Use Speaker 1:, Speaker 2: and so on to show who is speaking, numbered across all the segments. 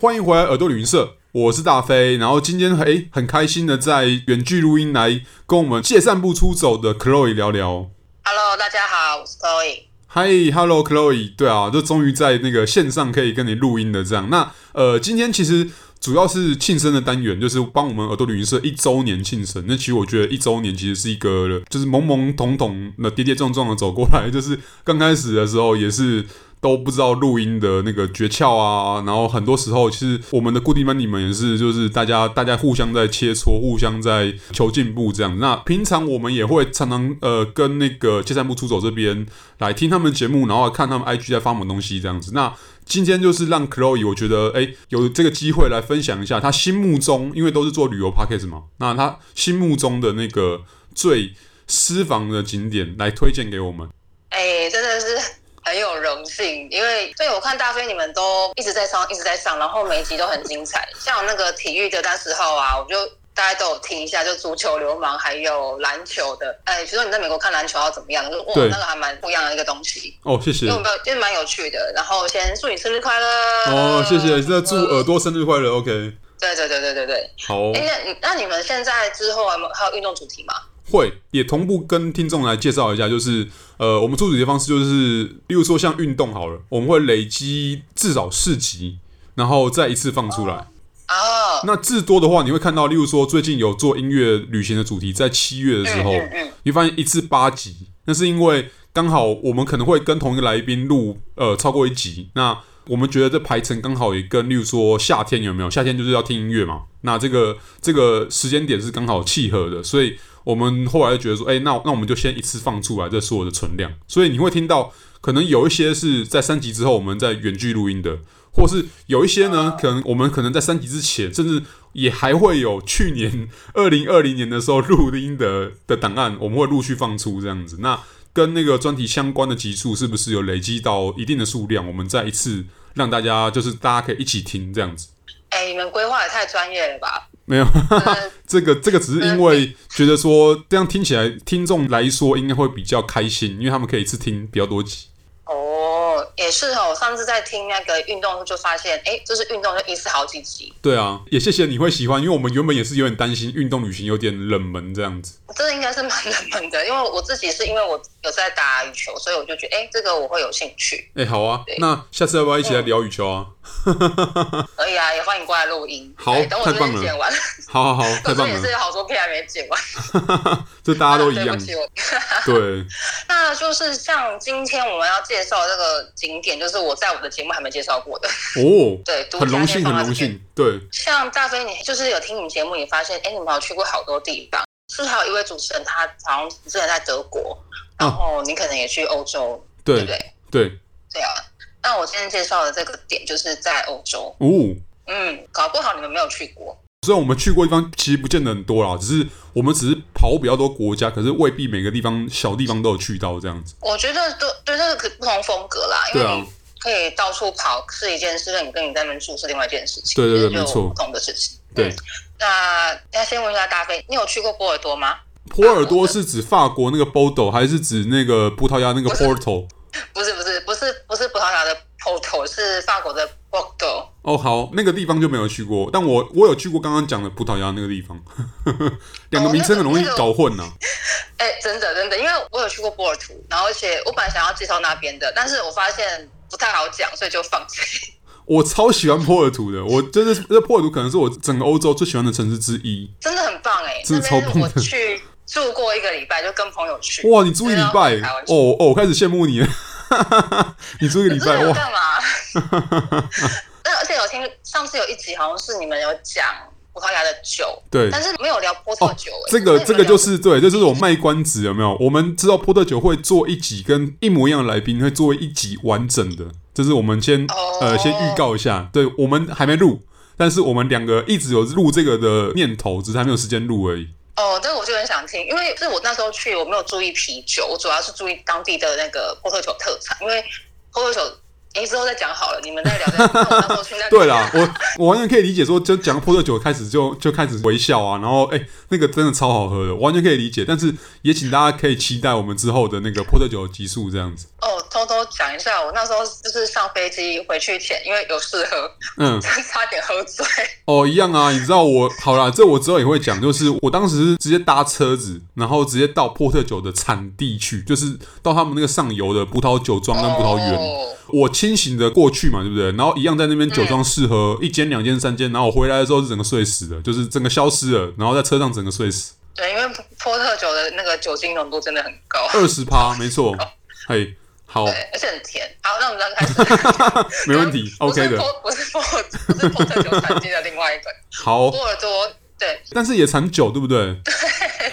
Speaker 1: 欢迎回来耳朵旅行社，我是大飞。然后今天诶很开心的在远距录音来跟我们借散步出走的 Chloe 聊聊。
Speaker 2: Hello，大家好，我是 Chloe。
Speaker 1: Hi，Hello，Chloe。对啊，就终于在那个线上可以跟你录音的这样。那呃，今天其实主要是庆生的单元，就是帮我们耳朵旅行社一周年庆生。那其实我觉得一周年其实是一个就是懵懵懂懂、那跌跌撞撞的走过来，就是刚开始的时候也是。都不知道录音的那个诀窍啊，然后很多时候其实我们的固定班你们也是，就是大家大家互相在切磋，互相在求进步这样。那平常我们也会常常呃跟那个借散步出走这边来听他们节目，然后看他们 IG 在发什么东西这样子。那今天就是让 Chloe 我觉得哎、欸、有这个机会来分享一下他心目中，因为都是做旅游 podcast 嘛，那他心目中的那个最私房的景点来推荐给我们。
Speaker 2: 哎、欸，真的是。很有荣幸，因为对我看大飞你们都一直在上，一直在上，然后每一集都很精彩。像我那个体育的那时候啊，我就大家都有听一下，就足球流氓还有篮球的。哎，比如说你在美国看篮球要怎么样？就哇，那个还蛮不一样的一个东西。
Speaker 1: 哦，谢谢。
Speaker 2: 有没有就是蛮有趣的？然后先祝你生日快乐。
Speaker 1: 哦，谢
Speaker 2: 呃
Speaker 1: 谢。这祝耳朵生日快乐。OK。
Speaker 2: 对对对对对对。
Speaker 1: 好、哦。
Speaker 2: 哎、欸，那那你们现在之后还有还有运动主题吗？
Speaker 1: 会也同步跟听众来介绍一下，就是呃，我们做主题方式就是，例如说像运动好了，我们会累积至少四集，然后再一次放出来。
Speaker 2: 哦，
Speaker 1: 那至多的话，你会看到，例如说最近有做音乐旅行的主题，在七月的时
Speaker 2: 嗯
Speaker 1: 候，你发现一次八集，那是因为刚好我们可能会跟同一个来宾录呃超过一集，那我们觉得这排程刚好也跟，例如说夏天有没有？夏天就是要听音乐嘛，那这个这个时间点是刚好契合的，所以。我们后来就觉得说，哎、欸，那那我们就先一次放出来这所有的存量，所以你会听到，可能有一些是在三级之后我们在远距录音的，或是有一些呢，可能我们可能在三级之前，甚至也还会有去年二零二零年的时候录音的的档案，我们会陆续放出这样子。那跟那个专题相关的集数是不是有累积到一定的数量，我们再一次让大家就是大家可以一起听这样子。
Speaker 2: 哎、欸，你们规划也太专业 了吧！
Speaker 1: 没有，哈哈这个这个只是因为觉得说这样听起来听众来说应该会比较开心，因为他们可以一次听比较多集。
Speaker 2: 哦，也是哦。我上次在听那个运动就发现，哎，就是运动就一次好几集。
Speaker 1: 对啊，也谢谢你会喜欢，因为我们原本也是有点担心运动旅行有点冷门这样子。
Speaker 2: 这应该是蛮冷门的，因为我自己是因为我有在打羽球，所以我就觉得，哎，这个我会有兴趣。
Speaker 1: 哎，好啊，那下次要不要一起来聊羽球啊？嗯
Speaker 2: 可以啊，也欢迎过来录音。哎
Speaker 1: 好，
Speaker 2: 等我
Speaker 1: 太棒
Speaker 2: 了。剪完，
Speaker 1: 好好好，太棒了。
Speaker 2: 也是好多片还没剪完，
Speaker 1: 这大家 都一样。对，
Speaker 2: 那就是像今天我们要介绍这个景点，就是我在我的节目还没介绍过的
Speaker 1: 哦。
Speaker 2: 对，
Speaker 1: 很荣幸，很荣幸。对，
Speaker 2: 像大飞，你就是有听你们节目，你发现哎、欸，你们有去过好多地方。是还有一位主持人，他好像之前在德国，然后你可能也去欧洲，对不对？
Speaker 1: 嗯对，
Speaker 2: 对啊。那我今天介绍的这个点就是在欧洲
Speaker 1: 哦，
Speaker 2: 嗯，搞不好你们没有去过。
Speaker 1: 虽然我们去过地方其实不见得很多啦，只是我们只是跑比较多国家，可是未必每个地方小地方都有去到这样子。
Speaker 2: 我觉得都对，这是不同风格啦，
Speaker 1: 啊
Speaker 2: 因为你可以到处跑是一件事，那你跟你在那边住是另外一件事情，
Speaker 1: 对对对，没错，
Speaker 2: 不同的事情。
Speaker 1: 对，
Speaker 2: 嗯、那那先问一下大飞，你有去过波尔多吗？
Speaker 1: 波尔多是指法国那个 Bordeaux，还是指那个葡萄牙那个 Porto？
Speaker 2: 不是不是不是不是葡萄牙的 Porto，是法国的 Bordeaux。
Speaker 1: 哦，好，那个地方就没有去过，但我我有去过刚刚讲的葡萄牙那个地方， 两个名称很容易搞混呐、啊。
Speaker 2: 哎、哦那個那個欸，真的真的，因为我有去过波尔图，然后而且我本来想要介绍那边的，但是我发现不太好讲，所以就放弃。
Speaker 1: 我超喜欢波尔图的，我真的这波尔图可能是我整个欧洲最喜欢的城市之一，
Speaker 2: 真的很棒哎、欸，
Speaker 1: 真的超棒
Speaker 2: 的。我去住过一个礼拜，就跟朋友去。
Speaker 1: 哇，你住一礼拜
Speaker 2: 啊
Speaker 1: 哦哦，我开始羡慕你了。 你住一个礼拜哇？
Speaker 2: 干嘛？那而且有听上次有一集好像是你们有讲葡萄牙的酒，
Speaker 1: 对，
Speaker 2: 但是没有聊波特酒、欸哦。
Speaker 1: 这个这个就是对，这就是我卖关子有没有？我们知道波特酒会做一集跟一模一样的来宾会做一集完整的，这是我们先、
Speaker 2: 哦、
Speaker 1: 呃先预告一下，对我们还没录，但是我们两个一直有录这个的念头，只是还没有时间录而已。
Speaker 2: 哦，这个我就很想听，因为是我那时候去，我没有注意啤酒，我主要是注意当地的那个波特酒特产，因为波特酒，哎，之后再讲好了，你们再聊。我那时候去 那
Speaker 1: 对啦，我我完全可以理解说，就讲波特酒开始就就开始微笑啊，然后哎，那个真的超好喝的，我完全可以理解。但是也请大家可以期待我们之后的那个波特酒集数这样子。
Speaker 2: 哦，偷偷讲一下，我那时候就是上飞机回去前，因为有事喝，
Speaker 1: 嗯，
Speaker 2: 差点喝 醉。
Speaker 1: 哦，一样啊，你知道我好啦，这我之后也会讲，就是我当时是直接搭车子，然后直接到波特酒的产地去，就是到他们那个上游的葡萄酒庄跟葡萄园。
Speaker 2: 哦
Speaker 1: 我清醒的过去嘛，对不对？然后一样在那边酒庄试喝、一间、两间、三间，然后我回来的时候是整个睡死的，就是整个消失了，然后在车上整个睡死，
Speaker 2: 对，因为波特酒的那个酒精浓度真的很高，
Speaker 1: 二十趴，没错，嘿，好，
Speaker 2: 对，而且很甜。好，那我们再开始。
Speaker 1: 没问 题
Speaker 2: 不是
Speaker 1: ，OK 的，
Speaker 2: 波不是波，不是波特酒产地的另外一个
Speaker 1: 好，
Speaker 2: 波尔多，对，
Speaker 1: 但是也产酒，对不对？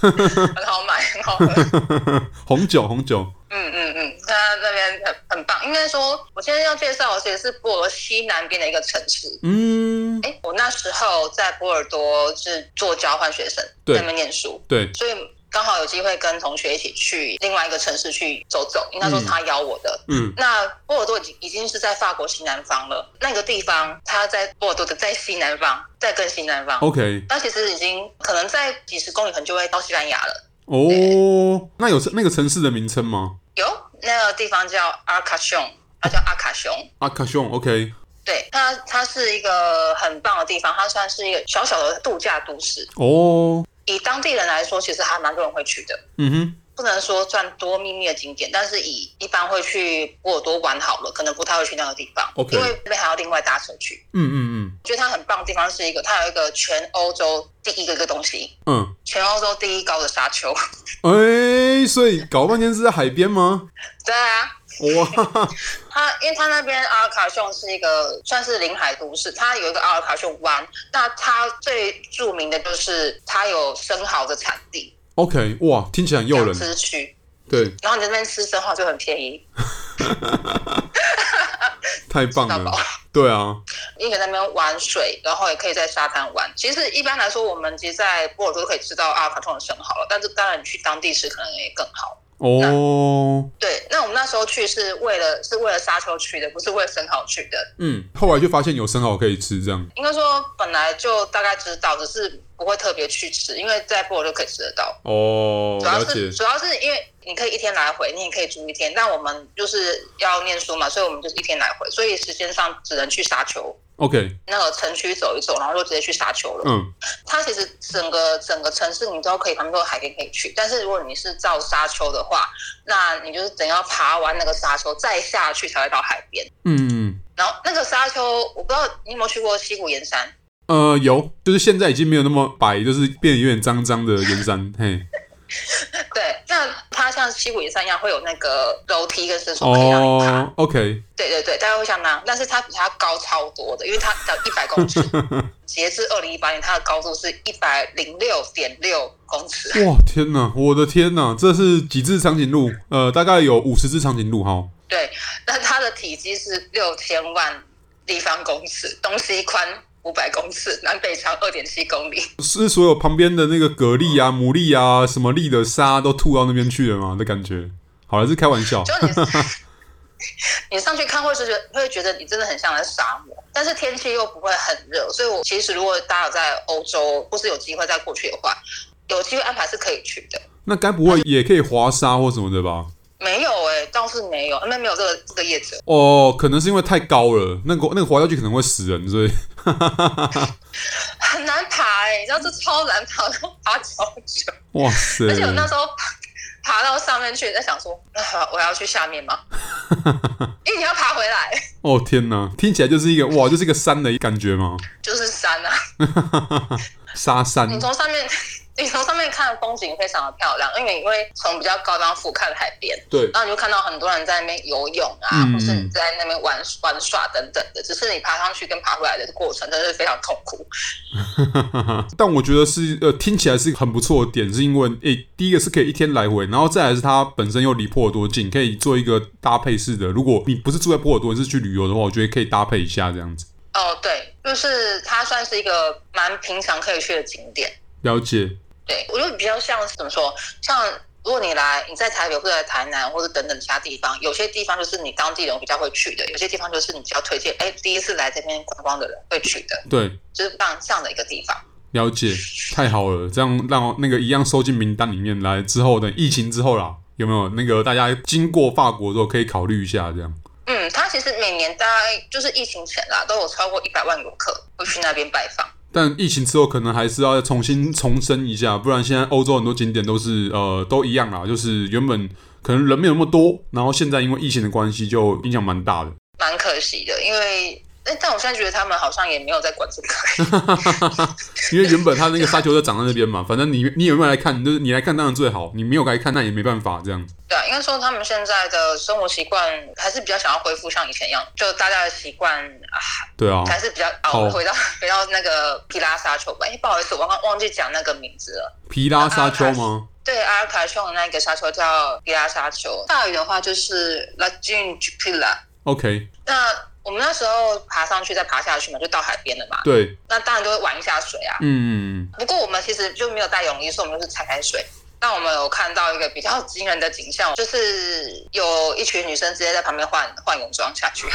Speaker 2: 很好买，很好喝。
Speaker 1: 红酒，红酒，
Speaker 2: 嗯嗯嗯，他那边很很棒。应该说，我现在要介绍的其实是波尔多西南边的一个城市。
Speaker 1: 嗯，
Speaker 2: 哎，我那时候在波尔多是做交换学生，
Speaker 1: 对
Speaker 2: 在那边念书，
Speaker 1: 对，
Speaker 2: 所以刚好有机会跟同学一起去另外一个城市去走走。应该说
Speaker 1: 嗯
Speaker 2: 是他邀我的。
Speaker 1: 嗯，
Speaker 2: 那波尔多已经已经是在法国西南方了，那个地方它在波尔多的在西南方，在更西南方。
Speaker 1: OK，
Speaker 2: 那其实已经可能在几十公里，可能就会到西班牙了。
Speaker 1: 哦，那有那个城市的名称吗？
Speaker 2: 有那个地方叫阿卡雄，它叫阿卡雄。
Speaker 1: 阿卡雄，OK，
Speaker 2: 对，它它是一个很棒的地方，它算是一个小小的度假都市。
Speaker 1: 哦，
Speaker 2: 以当地人来说，其实还蛮多人会去的，
Speaker 1: 嗯哼，
Speaker 2: 不能说算多秘密的景点，但是以一般会去波尔多玩好了，可能不太会去那个地方
Speaker 1: OK
Speaker 2: 因为那边还要另外搭车去。
Speaker 1: 嗯嗯
Speaker 2: 我觉得它很棒的地方是一个，它有一个全欧洲第一个一个东西，
Speaker 1: 嗯
Speaker 2: 全欧洲第一高的沙丘。
Speaker 1: 嗯，哎、所以搞半天是在海边吗？
Speaker 2: 对啊，
Speaker 1: 哇，
Speaker 2: 它因为它那边阿尔卡雄是一个算是临海都市，它有一个阿尔卡雄湾，那它最著名的就是它有生蚝的产地，
Speaker 1: OK，哇，听起来很诱
Speaker 2: 养
Speaker 1: 人。
Speaker 2: 殖区，
Speaker 1: 对，
Speaker 2: 然后你在那边吃生蚝就很便宜，
Speaker 1: 太棒
Speaker 2: 到
Speaker 1: 了
Speaker 2: 饱。。
Speaker 1: 对啊，
Speaker 2: 你可以在那边玩水，然后也可以在沙滩玩。其实一般来说，我们其实在波尔多可以吃到阿尔卡雄的生蚝了，但是当然你去当地吃可能也更好。
Speaker 1: 哦，
Speaker 2: 对，那我们那时候去是为了是为了沙丘去的，不是为了生蚝去的。
Speaker 1: 嗯，后来就发现有生蚝可以吃，这样。
Speaker 2: 应该说本来就大概知道，只是不会特别去吃，因为在波尔多可以吃得到。
Speaker 1: 哦，
Speaker 2: 主要
Speaker 1: 了
Speaker 2: 是
Speaker 1: 解。
Speaker 2: 主要是因为你可以一天来回，你也可以住一天，但我们就是要念书嘛，所以我们就是一天来回，所以时间上只能去沙丘
Speaker 1: OK，
Speaker 2: 那个城区走一走，然后就直接去沙丘了。
Speaker 1: 嗯，
Speaker 2: 它其实整个整个城市你都可以，旁边都有海边可以去。但是如果你是照沙丘的话，那你就是等要爬完那个沙丘再下去才会到海边。
Speaker 1: 嗯，
Speaker 2: 然后那个沙丘，我不知道你有没有去过西谷岩山，
Speaker 1: 呃，有，就是现在已经没有那么白，就是变得有点脏脏的盐山。嘿，
Speaker 2: 对，那它像西谷岩山一样会有那个楼梯跟绳索可以让你爬，
Speaker 1: 哦，OK，
Speaker 2: 对对对，大概会像那样，但是它比它高超多的，因为它到一百公尺，截至二零一八年，它的高度是一百零六点六公 尺。
Speaker 1: 哇，天哪，我的天哪，这是几只长颈鹿？呃，大概有五十只长颈鹿哈。
Speaker 2: 对，那它的体积是六千万立方公尺，东西宽五百公尺，南北长二点七公里。
Speaker 1: 是所有旁边的那个蛤蜊啊、牡蛎啊、什么粒的沙都吐到那边去了吗？的感觉。好了，是开玩笑。
Speaker 2: 就你，你上去看会是觉得会觉得你真的很像在沙漠，但是天气又不会很热，所以我其实如果大家有在欧洲或是有机会再过去的话，有机会安排是可以去的。
Speaker 1: 那该不会也可以滑沙或什么的吧？
Speaker 2: 没有哎、倒是没有，那边没有这个这个业者。
Speaker 1: 哦，可能是因为太高了，那个那个滑下去可能会死人，所以
Speaker 2: 很难爬哎、你知道这超难爬，要爬超久。
Speaker 1: 哇塞
Speaker 2: 而，且我那时候爬爬到上面去，在想说，那我要去下面吗？因为你要爬回来，
Speaker 1: 哦天哪，听起来就是一个哇，就是一个山的感觉嘛，
Speaker 2: 就是山啊。
Speaker 1: 沙山
Speaker 2: 你从上面，你从上面看风景非常的漂亮，因为你会从比较高地方俯瞰海边，
Speaker 1: 对，
Speaker 2: 然后你就看到很多人在那边游泳啊，
Speaker 1: 嗯
Speaker 2: 或是你在那边玩玩耍等等的。只是你爬上去跟爬回来的过程，真的是非常痛苦。
Speaker 1: 但我觉得是呃，听起来是很不错的点，是因为诶、第一个是可以一天来回，然后再来是它本身又离波尔多近，可以做一个搭配式的。如果你不是住在波尔多，你是去旅游的话，我觉得可以搭配一下这样子。
Speaker 2: 哦，对，就是它算是一个蛮平常可以去的景点。
Speaker 1: 了解，
Speaker 2: 对，我觉得比较像是怎么说，像如果你来你在台北或者在台南或者等等其他地方，有些地方就是你当地人比较会去的，有些地方就是你比较推荐，哎，第一次来这边观光的人会去的，
Speaker 1: 对，
Speaker 2: 就是这样这样的一个地方。
Speaker 1: 了解，太好了，这样让我那个一样收进名单里面来之后，等疫情之后啦，有没有那个大家经过法国之后可以考虑一下这样？
Speaker 2: 嗯，它其实每年大概就是疫情前啦，都有超过一百万游客会去那边拜访。
Speaker 1: 但疫情之后，可能还是要再重新重生一下，不然现在欧洲很多景点都是呃都一样啦，就是原本可能人没有那么多，然后现在因为疫情的关系，就影响蛮大的。
Speaker 2: 蛮可惜的，因为但但我现在觉得他们好像也没有在管这个。
Speaker 1: 因为原本他那个沙丘就长在那边嘛，反正你你有没有来看，就是你来看当然最好，你没有来看那也没办法这样。
Speaker 2: 对啊，应该说他们现在的生活习惯还是比较想要恢复像以前一样，就大家的习惯啊，
Speaker 1: 对啊，
Speaker 2: 还是比较
Speaker 1: 好
Speaker 2: 啊，回到回到那个皮拉沙丘吧。哎，不好意思，我刚忘记讲那个名字了。
Speaker 1: 皮拉沙丘吗？
Speaker 2: 对，阿尔卡丘的那个沙丘叫皮拉沙丘，法语的话就是 La g i n j p i l a
Speaker 1: OK，
Speaker 2: 那我们那时候爬上去再爬下去嘛，就到海边了嘛。
Speaker 1: 对，
Speaker 2: 那当然就会玩一下水啊。
Speaker 1: 嗯，
Speaker 2: 不过我们其实就没有带泳衣，所以我们就是踩踩水。但我们有看到一个比较惊人的景象，就是有一群女生直接在旁边换换泳装下去。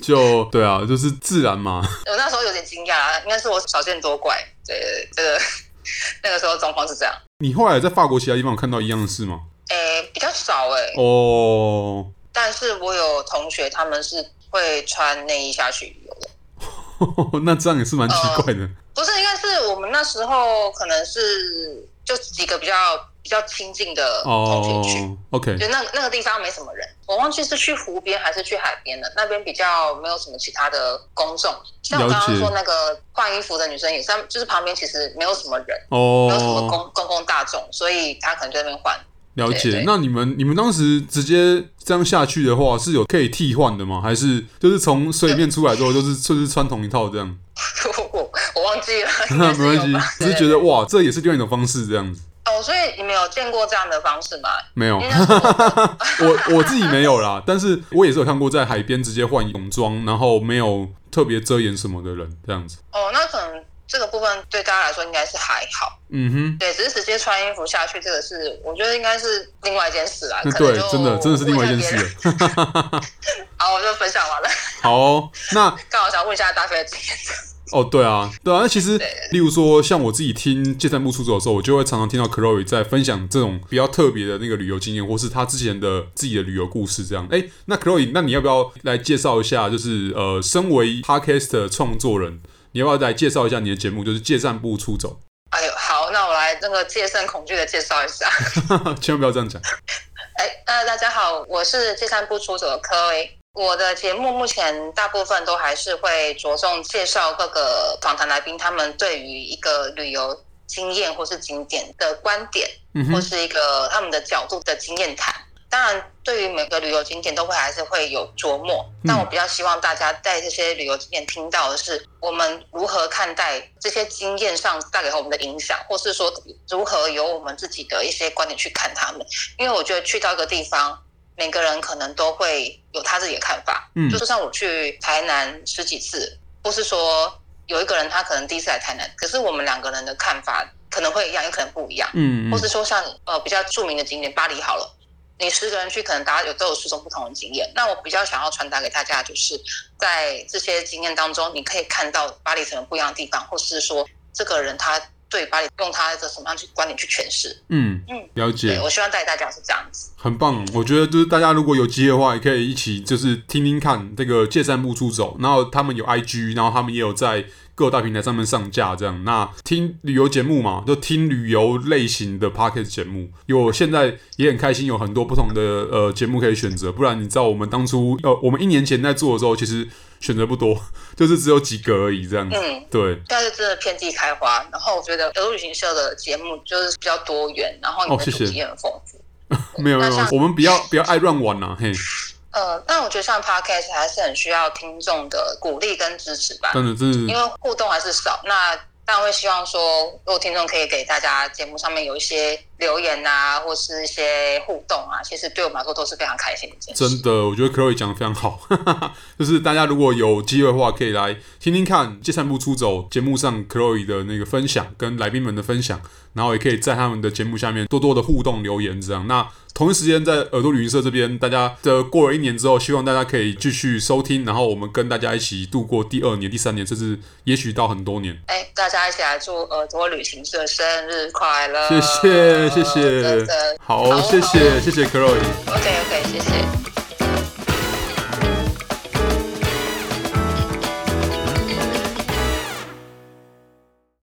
Speaker 1: 就对啊，就是自然嘛。
Speaker 2: 我那时候有点惊讶啊，应该是我少见多怪。对， 这个那个时候状况是这样。
Speaker 1: 你后来在法国其他地方有看到一样的事吗？
Speaker 2: 诶，比较少诶、
Speaker 1: 哦，
Speaker 2: 但是我有同学他们是会穿内衣下去游的。
Speaker 1: 那这样也是蛮奇怪的。
Speaker 2: 不是，应该是我们那时候可能是就几个比较比较亲近的同学去。
Speaker 1: 哦，OK，
Speaker 2: 就那那个地方没什么人，我忘记是去湖边还是去海边了，那边比较没有什么其他的公众。像我刚
Speaker 1: 了
Speaker 2: 刚
Speaker 1: 解
Speaker 2: 说那个换衣服的女生也是，她们就是旁边其实没有什么人，没有什么
Speaker 1: 哦，
Speaker 2: 公公共大众，所以她可能在那边换。
Speaker 1: 了
Speaker 2: 对
Speaker 1: 解
Speaker 2: 对。
Speaker 1: 那你们你们当时直接这样下去的话，是有可以替换的吗？还是就是从水里面出来之后，就是就是穿同一套这样？
Speaker 2: 我我我忘记了，应
Speaker 1: 那
Speaker 2: 该
Speaker 1: 没
Speaker 2: 是有
Speaker 1: 关系
Speaker 2: 吧，
Speaker 1: 只是觉得哇，这也是另外一种方式这样子。
Speaker 2: 哦，所以你们有见过这样的方式 吗？
Speaker 1: 没有，
Speaker 2: 因为那时候
Speaker 1: 我我自己没有啦，但是我也是有看过在海边直接换泳装，然后没有特别遮掩什么的人这样子。
Speaker 2: 哦，那可能这个部分对大家来说应该是还好，
Speaker 1: 嗯哼，
Speaker 2: 对，只是直接穿衣服下去，这个是我觉得应该是另外一件事啦。
Speaker 1: 那
Speaker 2: 可能
Speaker 1: 对
Speaker 2: 就，
Speaker 1: 真的真的是另外一件
Speaker 2: 问下别人。
Speaker 1: 事了。
Speaker 2: 好，我就分享完了。
Speaker 1: 好哦、那
Speaker 2: 刚好想问一下大飞的经验。
Speaker 1: 哦，对啊，对啊。那其实，例如说，像我自己听《借散步出走》的时候，我就会常常听到 Chloe 在分享这种比较特别的那个旅游经验，或是她之前的自己的旅游故事这样。哎，那 Chloe，那你要不要来介绍一下？就是呃，身为 Podcast 的创作人，你要不要来介绍一下你的节目？就是《借散步出走
Speaker 2: 哎呦，好，那我来那个戒慎恐惧的介绍一下。》
Speaker 1: 千万不要这样讲。
Speaker 2: 哎，呃，大家好，我是戒散步出走的科威。我的节目目前大部分都还是会着重介绍各个访谈来宾他们对于一个旅游经验或是景点的观点，
Speaker 1: 嗯
Speaker 2: 或
Speaker 1: 哼，
Speaker 2: 是一个他们的角度的经验谈。当然，对于每个旅游景点都会还是会有琢磨，
Speaker 1: 嗯
Speaker 2: 但我比较希望大家在这些旅游景点听到的是，我们如何看待这些经验上带给我们的影响，或是说如何由我们自己的一些观点去看他们。因为我觉得去到一个地方，每个人可能都会有他自己的看法。
Speaker 1: 嗯
Speaker 2: 就像我去台南十几次，或是说有一个人他可能第一次来台南，可是我们两个人的看法可能会一样，也可能不一样。
Speaker 1: 嗯
Speaker 2: 或
Speaker 1: 嗯
Speaker 2: 是说像呃比较著名的景点巴黎好了，你十个人去，可能大家有都有十种不同的经验。那我比较想要传达给大家，就是在这些经验当中，你可以看到巴黎什么不一样的地方，或是说这个人他对巴黎用他的什么样去观点去诠释。
Speaker 1: 嗯
Speaker 2: 嗯，
Speaker 1: 了
Speaker 2: 对
Speaker 1: 解，
Speaker 2: 我希望带大家是这样子。
Speaker 1: 很棒。我觉得就是大家如果有机会的话，也可以一起就是听听看这个借散步出走，然后他们有 IG，然后他们也有在各大平台上面上架这样。那听旅游节目嘛，就听旅游类型的 p o c k e t 节目。因为我现在也很开心，有很多不同的呃节目可以选择。不然你知道我们当初呃我们一年前在做的时候，其实选择不多， 就是只有几个而已这样子。
Speaker 2: 嗯，
Speaker 1: 对，
Speaker 2: 但是真的遍地开花。然后我觉得德鲁旅行社的节目就是比较多元，然后你
Speaker 1: 哦
Speaker 2: 的
Speaker 1: 谢
Speaker 2: 主
Speaker 1: 谢
Speaker 2: 题也很丰富。
Speaker 1: 没有没有，没有我们不要不要爱乱玩啦、啊嘿，
Speaker 2: 呃，但我觉得像 podcast 还是很需要听众的鼓励跟支持吧。
Speaker 1: 真的真
Speaker 2: 因
Speaker 1: 的，
Speaker 2: 为互动还是少，那当然会希望说，如果听众可以给大家节目上面有一些留言啊，或是一些互动啊，其实对我们来说都是非常开心的一件事。
Speaker 1: 真的，我觉得 Chloe 讲的非常好， 就是大家如果有机会的话，可以来听听看《借散步出走》节目上 Chloe 的那个分享，跟来宾们的分享，然后也可以在他们的节目下面多多的互动留言，这样。那同一时间在耳朵旅行社这边，大家的过了一年之后，希望大家可以继续收听，然后我们跟大家一起度过第二年、第三年，甚至也许到很多年。
Speaker 2: 哎，大家一起来祝耳朵旅行社生日快乐！
Speaker 1: 谢谢谢谢
Speaker 2: 真的
Speaker 1: 好，谢谢谢谢 Chloe。
Speaker 2: OK OK，谢谢。